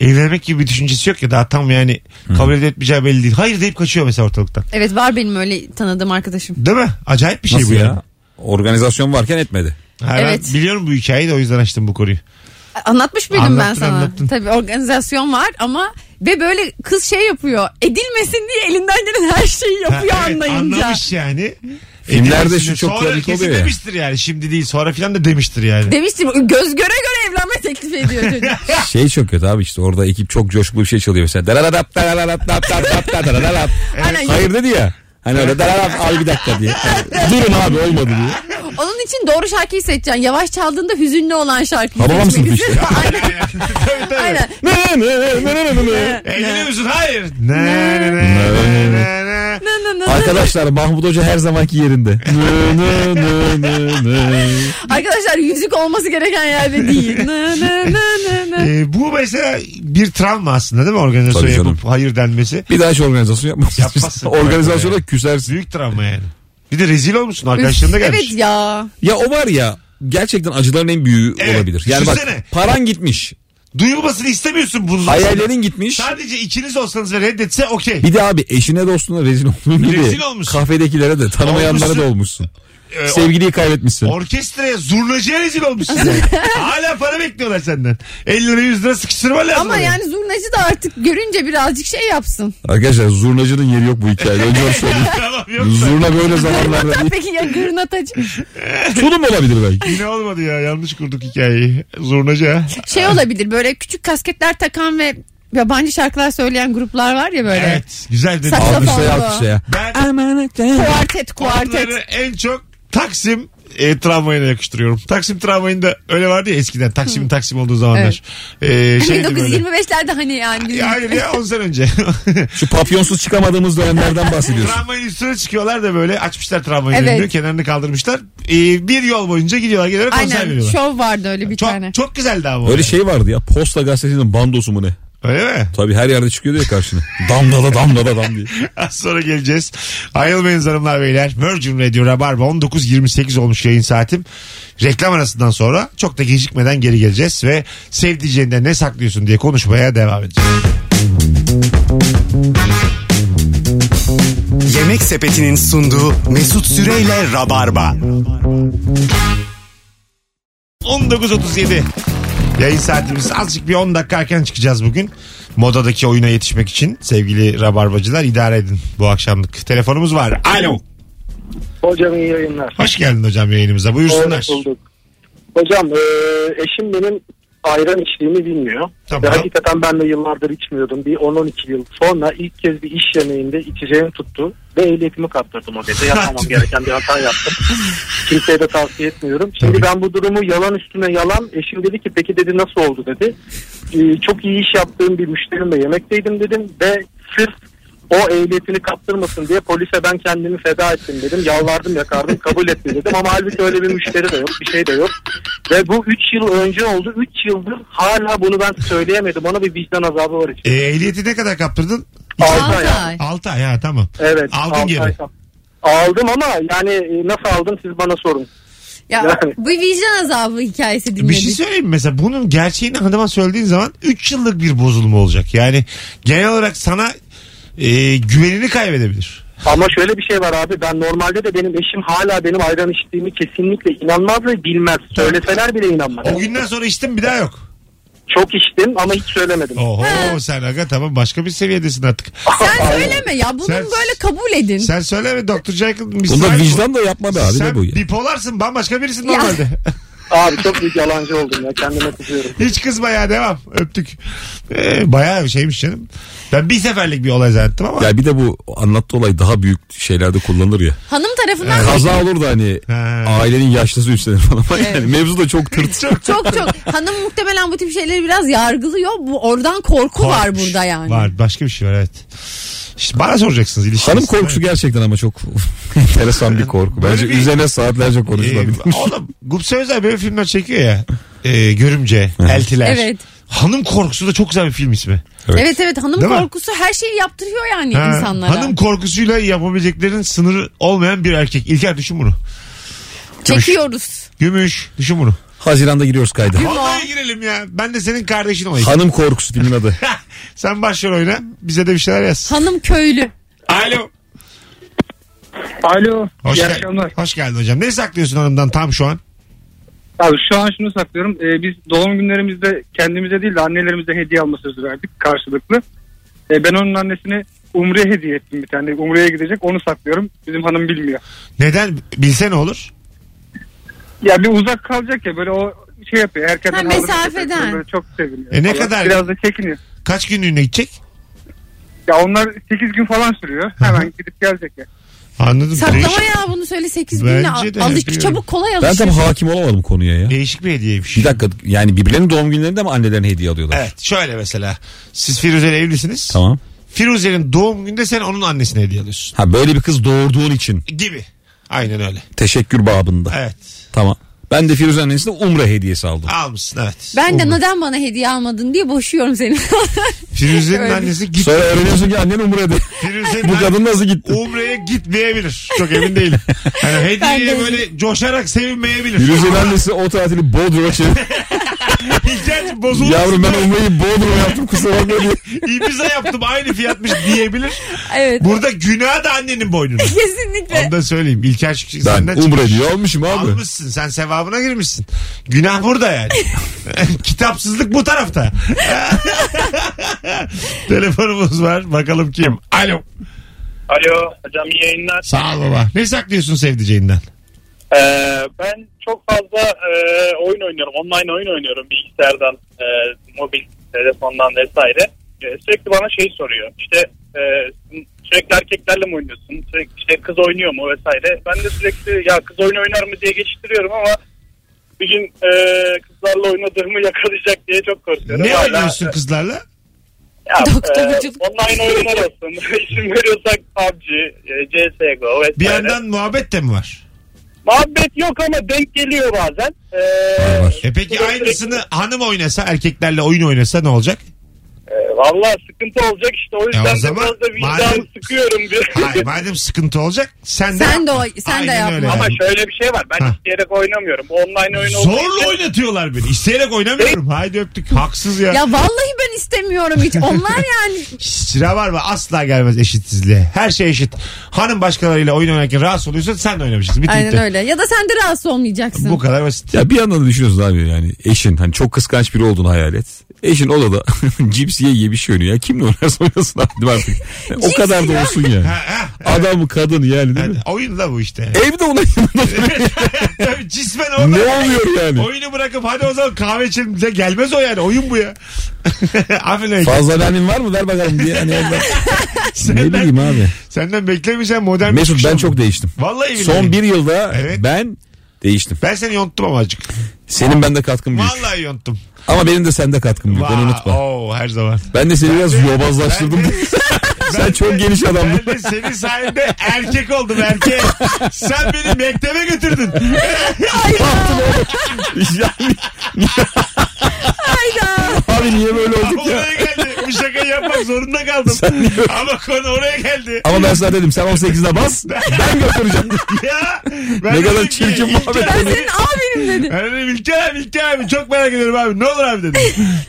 Speaker 2: evlenmek gibi bir düşüncesi yok ya daha tam yani kabul edip etmeyeceği belli değil hayır deyip kaçıyor mesela ortalıktan
Speaker 3: Evet var benim öyle tanıdığım arkadaşım.
Speaker 2: değil mi acayip bir şey
Speaker 4: Nasıl
Speaker 2: bu ya,
Speaker 4: ya? Organizasyon varken etmedi.
Speaker 2: Ha, ben
Speaker 3: Evet.
Speaker 2: biliyorum bu hikayeyi de o yüzden açtım bu konuyu
Speaker 3: Anlatmış mıydım ben
Speaker 2: Anlattın,
Speaker 3: sana?
Speaker 2: anlattın.
Speaker 3: Tabii organizasyon var ama ve böyle kız şey yapıyor. Edilmesin diye elinden gelen her şeyi
Speaker 2: Ha,
Speaker 3: yapıyor
Speaker 2: evet,
Speaker 3: anlayınca.
Speaker 2: anlamış yani
Speaker 4: Filmlerde
Speaker 2: Edilmesi
Speaker 4: şu
Speaker 2: de
Speaker 4: çok
Speaker 2: sonra
Speaker 4: komik
Speaker 2: kesin
Speaker 4: oluyor ya.
Speaker 2: demiştir yani şimdi değil sonra filan da demiştir yani
Speaker 3: Demiştim göz göre göre evlenme teklifi ediyor çocuk.
Speaker 4: Şey çok kötü abi işte orada ekip çok coşkulu bir şey çalıyor mesela. Dararadap, dararadap, dap, dap, dap, dap, dararadap.
Speaker 3: Aynen.
Speaker 4: Hayır dedi ya. Hani öyle dararadap al bir dakika diye. Durun Hani, abi olmadı diye.
Speaker 3: Onun için doğru şarkıyı seçeceksin. Yavaş çaldığında hüzünlü olan şarkıyı
Speaker 4: Babam
Speaker 3: seçmek
Speaker 4: sınıfı
Speaker 3: üzere.
Speaker 2: tabii tabii.
Speaker 3: Aynen.
Speaker 2: Eğleniyor musun? Hayır. Ne ne ne ne ne ne.
Speaker 3: Nı nı nı nı.
Speaker 4: Arkadaşlar Mahmut Hoca her zamanki yerinde. Nı nı nı nı nı.
Speaker 3: Arkadaşlar yüzük olması gereken yerde değil. Nı nı nı nı nı.
Speaker 2: Ee, bu mesela bir travma aslında değil mi organizasyon
Speaker 4: Tabii canım.
Speaker 2: yapıp hayır denmesi?
Speaker 4: Bir daha hiç organizasyon yapmaz.
Speaker 2: Yapmazsın.
Speaker 4: Organizasyona küsersin.
Speaker 2: Büyük travma yani. Bir de rezil olmuşsun arkadaşlarında gelmiş.
Speaker 3: Evet ya.
Speaker 4: Ya o var ya gerçekten acıların en büyüğü
Speaker 2: Evet,
Speaker 4: olabilir. Yani
Speaker 2: düşünsene.
Speaker 4: bak paran gitmiş.
Speaker 2: Duyulmasını istemiyorsun bunu.
Speaker 4: Hayallerin gitmiş.
Speaker 2: Sadece ikiniz olsanız ve reddetse okey.
Speaker 4: Bir de abi eşine dostuna rezil olduğun gibi
Speaker 2: Rezil olmuşsun.
Speaker 4: kafedekilere de tanımayanlara da
Speaker 2: Olmuşsun.
Speaker 4: olmuşsun.
Speaker 2: Ee,
Speaker 4: Sevgiliyi kaybetmişsin.
Speaker 2: Orkestraya zurnacıya rezil olmuşsun. yani. Hala para bekliyorlar senden. 50 lira 100 lira sıkıştırma lazım.
Speaker 3: Ama
Speaker 2: oraya.
Speaker 3: yani zurnacı da artık görünce birazcık şey yapsın.
Speaker 4: Arkadaşlar zurnacının yeri yok bu hikayede. Önce onu söyleyeyim.
Speaker 2: tamam yok.
Speaker 4: Zurna böyle zamanlarda değil.
Speaker 3: Peki ya gırnatacı?
Speaker 4: Tulum olabilir belki.
Speaker 2: Yine olmadı ya yanlış kurduk hikayeyi. Zurnacı ha.
Speaker 3: Şey olabilir böyle küçük kasketler takan ve yabancı şarkılar söyleyen gruplar var ya böyle.
Speaker 2: Evet güzel dedin.
Speaker 3: Saksa-
Speaker 4: Alkışlaya alkışlaya.
Speaker 2: Ben
Speaker 3: Kuartet
Speaker 2: Kuartetleri
Speaker 3: kuartet.
Speaker 2: en çok Taksim e, tramvayına yakıştırıyorum. Taksim tramvayında öyle vardı ya eskiden. Taksim'in Taksim olduğu zamanlar. E,
Speaker 3: Hani
Speaker 2: şeydi böyle.
Speaker 3: 1925'lerde hani yani. bizim-
Speaker 2: Ya Hayır ya 10 sene önce.
Speaker 4: Şu papyonsuz çıkamadığımız dönemlerden bahsediyorsun.
Speaker 2: tramvayın üstüne çıkıyorlar da böyle açmışlar tramvayın
Speaker 3: Evet.
Speaker 2: önünü. Kenarını kaldırmışlar. E, bir yol boyunca gidiyorlar gidiyorlar konser
Speaker 3: Aynen
Speaker 2: veriyorlar.
Speaker 3: şov vardı öyle bir
Speaker 2: Çok,
Speaker 3: tane.
Speaker 2: çok güzeldi ama.
Speaker 4: Öyle şey vardı ya posta gazetesinin bandosu mu ne?
Speaker 2: Öyle mi?
Speaker 4: Tabii her yerde çıkıyordu ya karşına. Damla da damla da dam diye.
Speaker 2: Az sonra geleceğiz. Ayrılmayınız hanımlar beyler. Virgin Radio Rabarba 19.28 olmuş yayın saatim. Reklam arasından sonra çok da gecikmeden geri geleceğiz ve sevdiceğinde ne saklıyorsun diye konuşmaya devam edeceğiz.
Speaker 1: Yemek Sepeti'nin sunduğu Mesut Süreyle Rabarba.
Speaker 2: 19.37 yayın saatimiz azıcık bir 10 dakika erken çıkacağız bugün. Modadaki oyuna yetişmek için sevgili rabarbacılar idare edin bu akşamlık. Telefonumuz var. Alo.
Speaker 6: Hocam iyi yayınlar.
Speaker 2: Hoş geldin hocam yayınımıza. Buyursunlar.
Speaker 6: Hoş bulduk. Hocam eee, eşim benim ayran içtiğimi bilmiyor.
Speaker 2: Tamam.
Speaker 6: Ve hakikaten ben de yıllardır içmiyordum. Bir 10-12 yıl sonra ilk kez bir iş yemeğinde içeceğim tuttu. Ve ehliyetimi kaptırdım o gece. Yapmamam gereken bir hata yaptım. Kimseye de tavsiye etmiyorum. Şimdi
Speaker 2: Tabii.
Speaker 6: ben bu durumu yalan üstüne yalan. Eşim dedi ki peki dedi nasıl oldu dedi. Eee, Ee, çok iyi iş yaptığım bir müşterimle yemekteydim dedim. Ve sırf o ehliyetini kaptırmasın diye polise ben kendimi feda ettim dedim. Yalvardım yakardım kabul etti dedim ama halbuki öyle bir müşteri de yok bir şey de yok. Ve bu 3 yıl önce oldu 3 yıldır hala bunu ben söyleyemedim ona bir vicdan azabı var
Speaker 2: E,
Speaker 6: içinde.
Speaker 2: ehliyeti ne kadar kaptırdın?
Speaker 6: Altı ay.
Speaker 3: Altay.
Speaker 2: 6 ay ha tamam.
Speaker 6: Evet.
Speaker 2: Aldın
Speaker 6: altı
Speaker 2: geri.
Speaker 6: ay kap- Aldım ama yani e, nasıl aldım siz bana sorun.
Speaker 3: Ya
Speaker 6: Yani.
Speaker 3: bu vicdan azabı hikayesi dinledik.
Speaker 2: Bir şey söyleyeyim mi? mesela bunun gerçeğini hanıma söylediğin zaman 3 yıllık bir bozulma olacak. Yani genel olarak sana e, güvenini kaybedebilir.
Speaker 6: Ama şöyle bir şey var abi ben normalde de benim eşim hala benim ayran içtiğimi kesinlikle inanmaz ve bilmez. Söyleseler bile inanmaz.
Speaker 2: O günden sonra içtim bir daha yok.
Speaker 6: Çok içtim ama hiç söylemedim.
Speaker 2: Oh. Oho sen aga tamam başka bir seviyedesin artık.
Speaker 3: Sen söyleme ya bunu
Speaker 2: Sen-
Speaker 3: böyle kabul edin.
Speaker 2: Sen söyleme Dr. Jekyll Mr.
Speaker 4: Bunda
Speaker 2: Hyde bu.
Speaker 4: vicdan da yapma be abi
Speaker 2: Sen
Speaker 4: ne bu ya?
Speaker 2: bipolarsın bambaşka birisin
Speaker 3: Ya.
Speaker 2: normalde.
Speaker 6: Abi çok büyük yalancı oldum ya kendime kızıyorum.
Speaker 2: Hiç kızma ya devam öptük. Ee, bayağı bir şeymiş canım. Ben bir seferlik bir olay zannettim ama.
Speaker 4: Ya bir de bu anlattığı olay daha büyük şeylerde kullanılır ya.
Speaker 3: Hanım tarafından
Speaker 4: Kaza olur da hani
Speaker 2: Ha.
Speaker 4: ailenin yaşlısı üstlenir falan. Yani mevzu da çok tırt.
Speaker 3: çok çok hanım muhtemelen bu tip şeyleri biraz yargılıyor. Bu oradan korku var
Speaker 2: Korkmuş.
Speaker 3: burada yani.
Speaker 2: Var başka bir şey var evet. İşte bana soracaksınız ilişkiniz.
Speaker 4: Hanım korkusu gerçekten ama çok enteresan bir korku.
Speaker 2: Böyle
Speaker 4: Bence
Speaker 2: bir-
Speaker 4: üzerine saatlerce
Speaker 2: Ee,
Speaker 4: konuşulabilir.
Speaker 2: oğlum Gupse Özel böyle filmler çekiyor ya. Ee, görümce, eltiler.
Speaker 3: Evet.
Speaker 2: Hanım korkusu da çok güzel bir film ismi.
Speaker 4: Evet.
Speaker 3: Evet evet hanım
Speaker 2: Değil mi?
Speaker 3: korkusu her şeyi yaptırıyor yani
Speaker 2: Ha,
Speaker 3: E, insanlara.
Speaker 2: Hanım korkusuyla yapabileceklerin sınırı olmayan bir erkek. İlker düşün bunu.
Speaker 3: Çekiyoruz.
Speaker 2: Gümüş düşün bunu.
Speaker 4: Haziran'da giriyoruz kayda.
Speaker 2: Vallahi girelim ya. Ben de senin kardeşin olayım.
Speaker 4: Hanım korkusu filmin adı.
Speaker 2: Sen başlar oyna. Bize de bir şeyler yaz.
Speaker 3: Hanım köylü.
Speaker 2: Alo.
Speaker 9: Alo.
Speaker 2: Hoş,
Speaker 9: iyi
Speaker 2: gel-
Speaker 9: akşamlar.
Speaker 2: Hoş geldin hocam. Ne saklıyorsun hanımdan tam şu an?
Speaker 9: Abi şu an şunu saklıyorum. Ee, biz doğum günlerimizde kendimize değil de annelerimize hediye alma sözü verdik karşılıklı. Ee, ben onun annesine Umre hediye ettim bir tane. Umre'ye gidecek onu saklıyorum. Bizim hanım bilmiyor.
Speaker 2: Neden? Bilse ne olur?
Speaker 9: Ya bir uzak kalacak ya böyle o şey yapıyor. Erkenden
Speaker 3: Ha,
Speaker 9: havlu yapıyor.
Speaker 3: mesafeden.
Speaker 9: Böyle çok seviniyor.
Speaker 2: E, ne
Speaker 9: falan.
Speaker 2: kadar?
Speaker 9: Biraz da çekiniyor.
Speaker 2: Kaç günlüğüne gidecek?
Speaker 9: Ya onlar 8 gün falan sürüyor. Hemen gidip gelecek ya.
Speaker 2: Anladım.
Speaker 3: Saklama
Speaker 2: Değişik,
Speaker 3: ya bunu söyle 8 binle al,
Speaker 2: Bence de
Speaker 3: alış,
Speaker 2: yapıyorum.
Speaker 3: çabuk kolay alışır.
Speaker 4: Ben tam hakim olamadım konuya ya.
Speaker 2: değişik bir hediyeymiş.
Speaker 4: Bir dakika yani birbirlerinin doğum günlerinde mi annelerine hediye alıyorlar?
Speaker 2: Evet şöyle mesela siz Firuze'yle evlisiniz.
Speaker 4: Tamam.
Speaker 2: Firuze'nin doğum günde sen onun annesine hediye alıyorsun.
Speaker 4: Ha böyle bir kız doğurduğun için
Speaker 2: Gibi. Aynen öyle.
Speaker 4: teşekkür babında.
Speaker 2: Evet.
Speaker 4: Tamam. Ben de Firuze annesine umre hediyesi aldım.
Speaker 2: Almışsın evet.
Speaker 3: Ben de neden bana hediye almadın diye boşuyorum seni.
Speaker 2: Firuze'nin
Speaker 3: Öyle.
Speaker 2: annesi git.
Speaker 4: Sonra öğreniyorsun ki annen umrede.
Speaker 2: Firuze'nin
Speaker 4: Bu kadın nasıl gitti?
Speaker 2: Umre'ye gitmeyebilir. Çok emin değilim. Yani
Speaker 3: Ben de
Speaker 2: hediyeye
Speaker 3: eminim.
Speaker 2: böyle coşarak sevinmeyebilir.
Speaker 4: Firuze'nin annesi o tatili Bodrum'a çevirdi.
Speaker 2: İlker'cim bozulmuş.
Speaker 4: Yavrum ben umreyi Bodrum'a yaptım kusura bakma diye.
Speaker 2: İbiza yaptım aynı fiyatmış diyebilir.
Speaker 3: evet.
Speaker 2: Burada günah da annenin boynuna.
Speaker 3: Kesinlikle.
Speaker 2: Onu da söyleyeyim. İlker çünkü
Speaker 4: Ben
Speaker 2: senden
Speaker 4: umre diye almışım abi.
Speaker 2: Almışsın sen sevabına girmişsin. Günah burada yani. Kitapsızlık bu tarafta. Telefonumuz var. Bakalım kim? Alo.
Speaker 8: Alo hocam iyi yayınlar.
Speaker 2: Sağ ol baba. Ne saklıyorsun sevdiceğinden?
Speaker 8: Ee, ben çok fazla e, oyun oynuyorum. Online oyun oynuyorum bilgisayardan, e, mobil telefondan vesaire. E, sürekli bana şey soruyor. İşte e, sürekli erkeklerle mi oynuyorsun? Sürekli işte kız oynuyor mu vesaire. Ben de sürekli ya kız oyunu oynar mı diye geçiştiriyorum ama bir gün e, kızlarla oynadığımı yakalayacak diye çok korkuyorum.
Speaker 2: Ne
Speaker 8: Hala-
Speaker 2: oynuyorsun kızlarla?
Speaker 8: Ya, e,
Speaker 3: Doktorcuk.
Speaker 8: online oyunlar olsun. İsim veriyorsak PUBG, e, CSGO vesaire.
Speaker 2: Bir yandan muhabbet de mi var?
Speaker 8: Muhabbet yok ama denk geliyor bazen. Ee,
Speaker 4: Var.
Speaker 2: E peki aynısını hanım oynasa erkeklerle oyun oynasa ne olacak?
Speaker 8: e, Valla sıkıntı olacak işte o yüzden
Speaker 2: o
Speaker 8: de
Speaker 2: zaman
Speaker 8: biraz da
Speaker 2: madem-
Speaker 8: vicdanı sıkıyorum. Bir.
Speaker 2: Hayır madem sıkıntı olacak sen de
Speaker 3: Sen de o- sen de
Speaker 2: Aynen
Speaker 3: yapma.
Speaker 2: öyle.
Speaker 8: ama şöyle bir şey var ben
Speaker 2: Ha.
Speaker 8: isteyerek oynamıyorum. Online oyun olduğu
Speaker 2: Zorla
Speaker 8: için-
Speaker 2: oynatıyorlar beni. İsteyerek oynamıyorum. Haydi öptük. Haksız ya.
Speaker 3: Ya vallahi ben istemiyorum hiç. Onlar yani
Speaker 2: Sıra var mı? Asla gelmez eşitsizliğe. Her şey eşit. Hanım başkalarıyla oyun oynarken rahatsız oluyorsa sen de oynamayacaksın. Bitti
Speaker 3: aynen
Speaker 2: gitti.
Speaker 3: öyle. Ya da sen de rahatsız olmayacaksın.
Speaker 2: Bu kadar basit.
Speaker 4: Ya bir yandan da düşünüyorsun abi yani eşin hani çok kıskanç biri olduğunu hayal et. Eşin odada cips ye ye bir şey oynuyor ya. Kimle oynarsa oynasın abi değil mi artık. Yani o
Speaker 3: Cips
Speaker 4: kadar da
Speaker 3: ya.
Speaker 4: olsun yani.
Speaker 2: Ha, ha.
Speaker 4: Adam kadın yani değil
Speaker 2: Yani
Speaker 4: mi?
Speaker 2: oyun da bu işte.
Speaker 4: Evde ona
Speaker 2: Tabii Cismen
Speaker 4: ne
Speaker 2: orada.
Speaker 4: oluyor yani?
Speaker 2: Oyunu bırakıp hadi o zaman kahve içelim bize gelmez o yani. Oyun bu ya. Aferin. Ege.
Speaker 4: Fazla benim var mı ver bakalım diye. Hani orada- ne bileyim
Speaker 2: Senden,
Speaker 4: abi.
Speaker 2: senden beklemeyeceğim modern bir
Speaker 4: Mesut
Speaker 2: çıkış
Speaker 4: ben
Speaker 2: oldu.
Speaker 4: çok değiştim.
Speaker 2: Vallahi billahi.
Speaker 4: Son bir yılda
Speaker 2: Evet.
Speaker 4: ben değiştim.
Speaker 2: Ben seni yonttum ama azıcık.
Speaker 4: Senin bende katkın büyük.
Speaker 2: Vallahi yonttum.
Speaker 4: Ama benim de sende katkım büyük. Onu
Speaker 2: Vaa,
Speaker 4: unutma.
Speaker 2: oo, her zaman.
Speaker 4: Ben de seni biraz yobazlaştırdım.
Speaker 2: Ben de-
Speaker 4: Sen çok geniş adamdın.
Speaker 2: Ben de senin sayende erkek oldum erkek. Sen beni mektebe götürdün.
Speaker 4: yani,
Speaker 3: Hayda.
Speaker 4: abi niye böyle olduk ya?
Speaker 2: oraya geldi. Bu şakayı yapmak zorunda kaldım. Ama konu oraya geldi.
Speaker 4: Ama ben sana dedim sen 18'de bas ben götüreceğim.
Speaker 2: Ya,
Speaker 4: Ne kadar çirkin muhabbet
Speaker 2: Ben
Speaker 3: Ben
Speaker 2: dedim ki,
Speaker 3: senin abinim
Speaker 2: İlker-
Speaker 3: dedim.
Speaker 2: Ben dedim İlker abi İlker abi çok merak ediyorum abi ne olur abi dedim.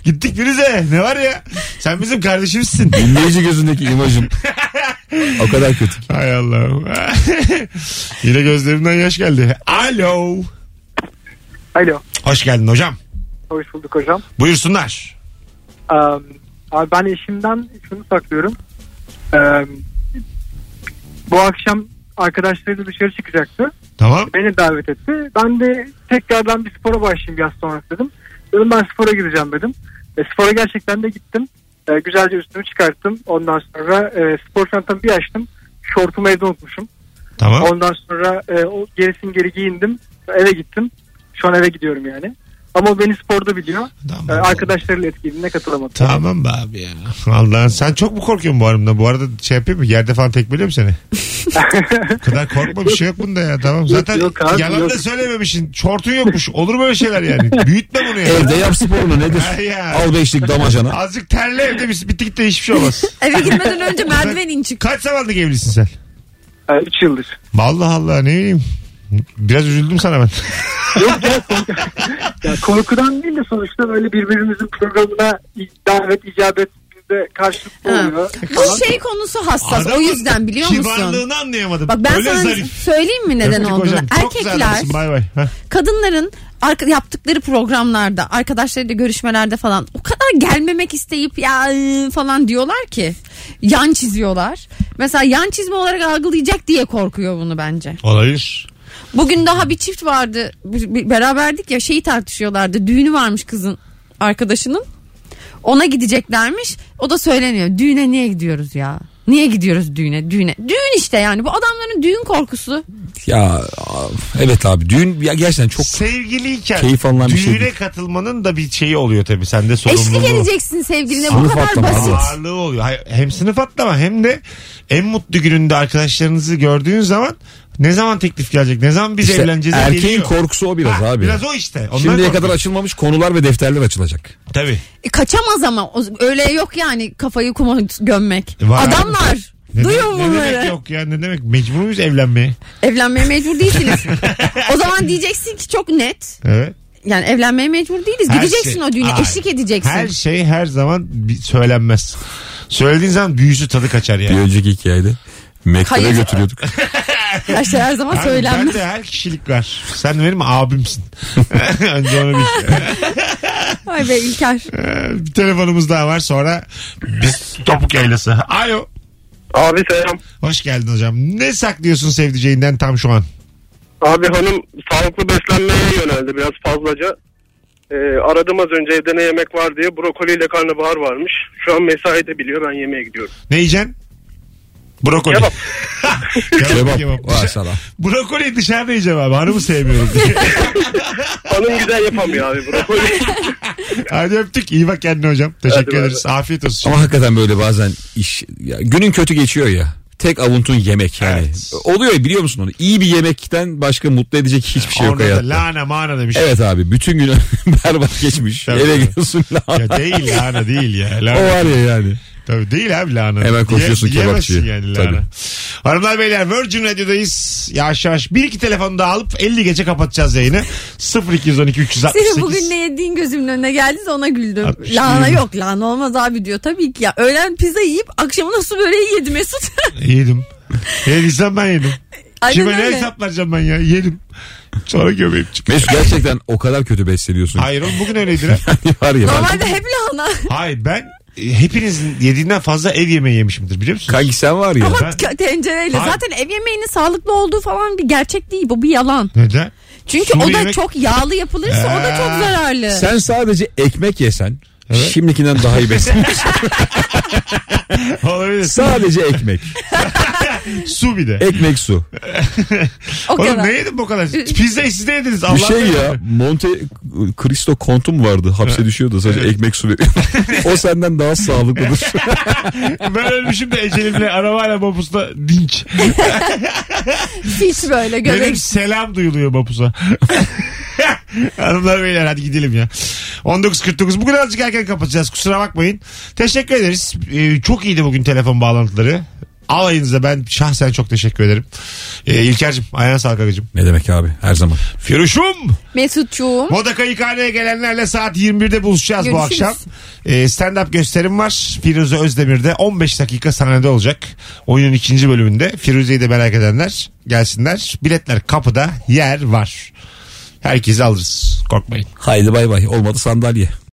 Speaker 2: Gittik Firuze ne var ya sen bizim kardeşimizsin.
Speaker 4: Dinleyici gözündeki imajım. O kadar kötü.
Speaker 2: Hay Allah'ım. Yine gözlerimden yaş geldi. Alo.
Speaker 9: Alo.
Speaker 2: Hoş geldin hocam.
Speaker 9: Hoş bulduk hocam.
Speaker 2: Buyursunlar.
Speaker 9: Ee, abi ben eşimden şunu saklıyorum. Ee, bu akşam arkadaşlarıyla dışarı çıkacaktı.
Speaker 2: Tamam.
Speaker 9: Beni davet etti. Ben de tekrardan bir spora başlayayım biraz sonra dedim. Dedim ben spora gideceğim dedim. E, spora gerçekten de gittim. E, güzelce üstümü çıkarttım. Ondan sonra e, spor çantamı bir açtım. Şortumu evde unutmuşum.
Speaker 2: Tamam.
Speaker 9: Ondan sonra e, o gerisin geri giyindim. Eve gittim. Şu an eve gidiyorum yani. Ama o beni sporda biliyor.
Speaker 2: Tamam.
Speaker 9: E, arkadaşlarıyla etkinliğine katılamadı.
Speaker 2: Tamam be abi ya. Allah'ın sen çok mu korkuyorsun bu hanımdan? Bu arada şey yapayım mı? Yerde falan tekmeliyor mu seni? Bu kadar korkma bir şey yok bunda ya tamam. Zaten
Speaker 9: yok abi,
Speaker 2: yalan da
Speaker 9: yok.
Speaker 2: söylememişsin. Çortun yokmuş. Olur böyle şeyler yani. Büyütme bunu ya.
Speaker 4: Evde yap sporunu nedir?
Speaker 2: Ha ya.
Speaker 4: Al beşlik damacana.
Speaker 2: Azıcık terle evde bir bitti gitti hiçbir şey olmaz.
Speaker 3: Eve gitmeden önce merdiven in çık.
Speaker 2: Kaç zamanlık evlisin sen?
Speaker 9: 3 yıldır.
Speaker 2: Vallahi Allah ne bileyim. Biraz üzüldüm sana ben.
Speaker 9: Ya korkudan değil de sonuçta böyle birbirimizin programına davet icabet bize karşılıklı
Speaker 3: Ha.
Speaker 9: oluyor. falan.
Speaker 3: Bu şey konusu hassas.
Speaker 2: Adamın
Speaker 3: o yüzden biliyor musun?
Speaker 2: Kibarlığını anlayamadım.
Speaker 3: Bak ben
Speaker 2: Öyle
Speaker 3: sana
Speaker 2: zarif.
Speaker 3: söyleyeyim mi neden
Speaker 2: Öptük
Speaker 3: olduğunu.
Speaker 2: hocam. Çok güzel
Speaker 3: Erkekler
Speaker 2: adamsın. Bay bay. Heh.
Speaker 3: kadınların arka, yaptıkları programlarda, arkadaşlarıyla görüşmelerde falan o kadar gelmemek isteyip ya ıı, falan diyorlar ki yan çiziyorlar. Mesela yan çizme olarak algılayacak diye korkuyor bunu bence.
Speaker 2: Olabilir.
Speaker 3: Bugün daha bir çift vardı. bir- bir- Beraberdik ya şeyi tartışıyorlardı. Düğünü varmış kızın arkadaşının. Ona gideceklermiş. O da söyleniyor. Düğüne niye gidiyoruz ya? Niye gidiyoruz düğüne? Düğüne. Düğün işte yani. Bu adamların düğün korkusu.
Speaker 4: Ya evet abi düğün ya gerçekten çok
Speaker 2: Sevgiliyken
Speaker 4: Keyif alınan bir şey
Speaker 2: düğüne
Speaker 4: değil.
Speaker 2: katılmanın da bir şeyi oluyor tabii. Sende sorumluluğu.
Speaker 3: Eşlik edeceksin sevgiline. Bu
Speaker 4: Sınıf
Speaker 3: kadar
Speaker 4: atlama.
Speaker 3: basit.
Speaker 2: Ağırlığı oluyor. Hayır, Hem sınıf atlama hem de en mutlu gününde arkadaşlarınızı gördüğün zaman ne zaman teklif gelecek? Ne zaman biz
Speaker 4: işte
Speaker 2: evleneceğiz?
Speaker 4: erkeğin
Speaker 2: geliyor.
Speaker 4: korkusu o biraz
Speaker 2: Ha,
Speaker 4: abi.
Speaker 2: Biraz o işte. Onlar
Speaker 4: Şimdiye kadar
Speaker 2: korkuyor.
Speaker 4: açılmamış konular ve defterler açılacak.
Speaker 2: Tabii.
Speaker 3: E, kaçamaz ama. O- Öyle yok yani kafayı kuma gömmek.
Speaker 2: E, var.
Speaker 3: Adamlar.
Speaker 2: Ne,
Speaker 3: Duyun
Speaker 2: ne demek
Speaker 3: bunları.
Speaker 2: yok ya ne demek mecbur muyuz evlenmeye?
Speaker 3: Evlenmeye mecbur değilsiniz. o zaman diyeceksin ki çok net.
Speaker 2: Evet.
Speaker 3: Yani evlenmeye mecbur değiliz.
Speaker 2: Her
Speaker 3: Gideceksin
Speaker 2: şey-
Speaker 3: o düğüne.
Speaker 2: Ay.
Speaker 3: Eşlik edeceksin.
Speaker 2: Her şey her zaman bir- söylenmez. Söylediğin zaman büyüsü tadı kaçar
Speaker 4: Bir
Speaker 2: yani.
Speaker 4: önceki hikayede mektebe
Speaker 3: Hayır.
Speaker 4: götürüyorduk.
Speaker 3: Her şey her zaman
Speaker 2: Abi,
Speaker 3: söylenmez.
Speaker 2: bende her kişilik var. Sen benim abimsin. Önce onu bil.
Speaker 3: Ay be İlker.
Speaker 2: Ee, bir telefonumuz daha var sonra biz topuk yaylası. Alo.
Speaker 6: Abi selam.
Speaker 2: Hoş geldin hocam. Ne saklıyorsun sevdiceğinden tam şu an?
Speaker 6: Abi hanım sağlıklı beslenmeye yöneldi biraz fazlaca. Ee, aradım az önce evde ne yemek var diye brokoliyle karnabahar varmış. Şu an mesai de biliyor ben yemeğe gidiyorum.
Speaker 2: Ne yiyeceksin? Brokoli.
Speaker 6: Kebap.
Speaker 2: kebap.
Speaker 4: Kebap.
Speaker 2: kebap.
Speaker 4: Maşallah.
Speaker 2: Brokoli dışarıda yiyeceğim abi. Hanımı sevmiyorum diye.
Speaker 6: Hanım güzel yapamıyor abi brokoli.
Speaker 2: Hadi öptük. İyi bak kendine hocam. Teşekkür
Speaker 6: Hadi
Speaker 2: ederiz. Afiyet olsun.
Speaker 4: Ama hakikaten böyle bazen iş ya, günün kötü geçiyor ya. Tek avuntun yemek yani.
Speaker 2: Evet.
Speaker 4: Oluyor ya, biliyor musun onu? İyi bir yemekten başka mutlu edecek hiçbir şey yok
Speaker 2: Orada da
Speaker 4: hayatta.
Speaker 2: lana mana demiş.
Speaker 4: Evet abi bütün gün berbat geçmiş.
Speaker 2: Tabii.
Speaker 4: Eve gidiyorsun lan.
Speaker 2: Ya değil lana değil ya.
Speaker 4: O
Speaker 2: Lana.
Speaker 4: var ya yani.
Speaker 2: Tabii değil abi lahana.
Speaker 4: Hemen
Speaker 2: Diye-
Speaker 4: koşuyorsun
Speaker 2: diyemezsin
Speaker 4: kebapçıya.
Speaker 2: yani
Speaker 4: Tabii.
Speaker 2: lahana. Hanımlar beyler Virgin Radio'dayız. Yavaş yavaş bir iki telefonu da alıp 50 gece kapatacağız yayını. 0212 368.
Speaker 3: Senin bugün ne yediğin gözümün önüne geldi de ona güldüm.
Speaker 2: 68.
Speaker 3: Lahana yok lahana olmaz abi diyor. Tabii ki ya öğlen pizza yiyip akşamına su böreği yedi Mesut.
Speaker 2: Yedim. Yediysem ben yedim.
Speaker 3: Aynen
Speaker 2: Kime ne
Speaker 3: öyle.
Speaker 2: hesap vereceğim ben ya? Yedim. Sonra göbeğim çıktı.
Speaker 4: Mesut gerçekten o kadar kötü besleniyorsun.
Speaker 2: Hayır oğlum bugün öyleydi lan.
Speaker 4: var ya. ben-
Speaker 3: Normalde hep lahana.
Speaker 2: Hayır ben e, hepinizin yediğinden fazla ev yemeği yemişimdir biliyor musunuz?
Speaker 4: Kanki sen var ya.
Speaker 3: Ama
Speaker 2: Ben-
Speaker 3: ka- tencereyle.
Speaker 2: Hayır.
Speaker 3: Zaten ev yemeğinin sağlıklı olduğu falan bir gerçek değil. Bu bir yalan.
Speaker 2: Neden?
Speaker 3: Çünkü
Speaker 2: Sulu
Speaker 3: o da
Speaker 2: yemek- Ee.
Speaker 3: çok yağlı yapılırsa o da çok zararlı.
Speaker 4: Sen sadece ekmek yesen şimdikinden daha iyi beslenirsin.
Speaker 2: Şey- Olabilir.
Speaker 4: sadece ekmek.
Speaker 2: Su bir de.
Speaker 4: Ekmek su.
Speaker 3: o
Speaker 2: Oğlum
Speaker 3: E, kadar.
Speaker 2: ne yedim bu kadar? Pizzayı siz de yediniz.
Speaker 4: Bir
Speaker 2: Allah'tan
Speaker 4: şey ya
Speaker 2: yedim.
Speaker 4: Monte Cristo kontu mu vardı? Hapse düşüyordu sadece ekmek su veriyor. o senden daha sağlıklıdır.
Speaker 2: Ben ölmüşüm de ecelimle arabayla mapusta dinç.
Speaker 3: Hiç böyle
Speaker 2: Benim
Speaker 3: göbek.
Speaker 2: selam duyuluyor mapusa. Hanımlar beyler hadi gidelim ya. 19.49 bugün azıcık erken kapatacağız kusura bakmayın. Teşekkür ederiz. Ee, çok iyiydi bugün telefon bağlantıları. Alayınıza ben şahsen çok teşekkür ederim. Ee, İlker'cim ayağına sağlık agacım.
Speaker 4: ne demek abi her zaman.
Speaker 2: Firuşum.
Speaker 3: Mesutçuğum.
Speaker 2: Moda Kayıkhane'ye gelenlerle saat 21'de buluşacağız bu
Speaker 3: Görüşürüz.
Speaker 2: akşam. Ee, Stand-up gösterim var. Firuze Özdemir'de 15 dakika sahnede olacak. Oyunun ikinci bölümünde. Firuze'yi de merak edenler gelsinler. Biletler kapıda yer var. Herkesi alırız. Korkmayın.
Speaker 4: Haydi bay bay olmadı sandalye.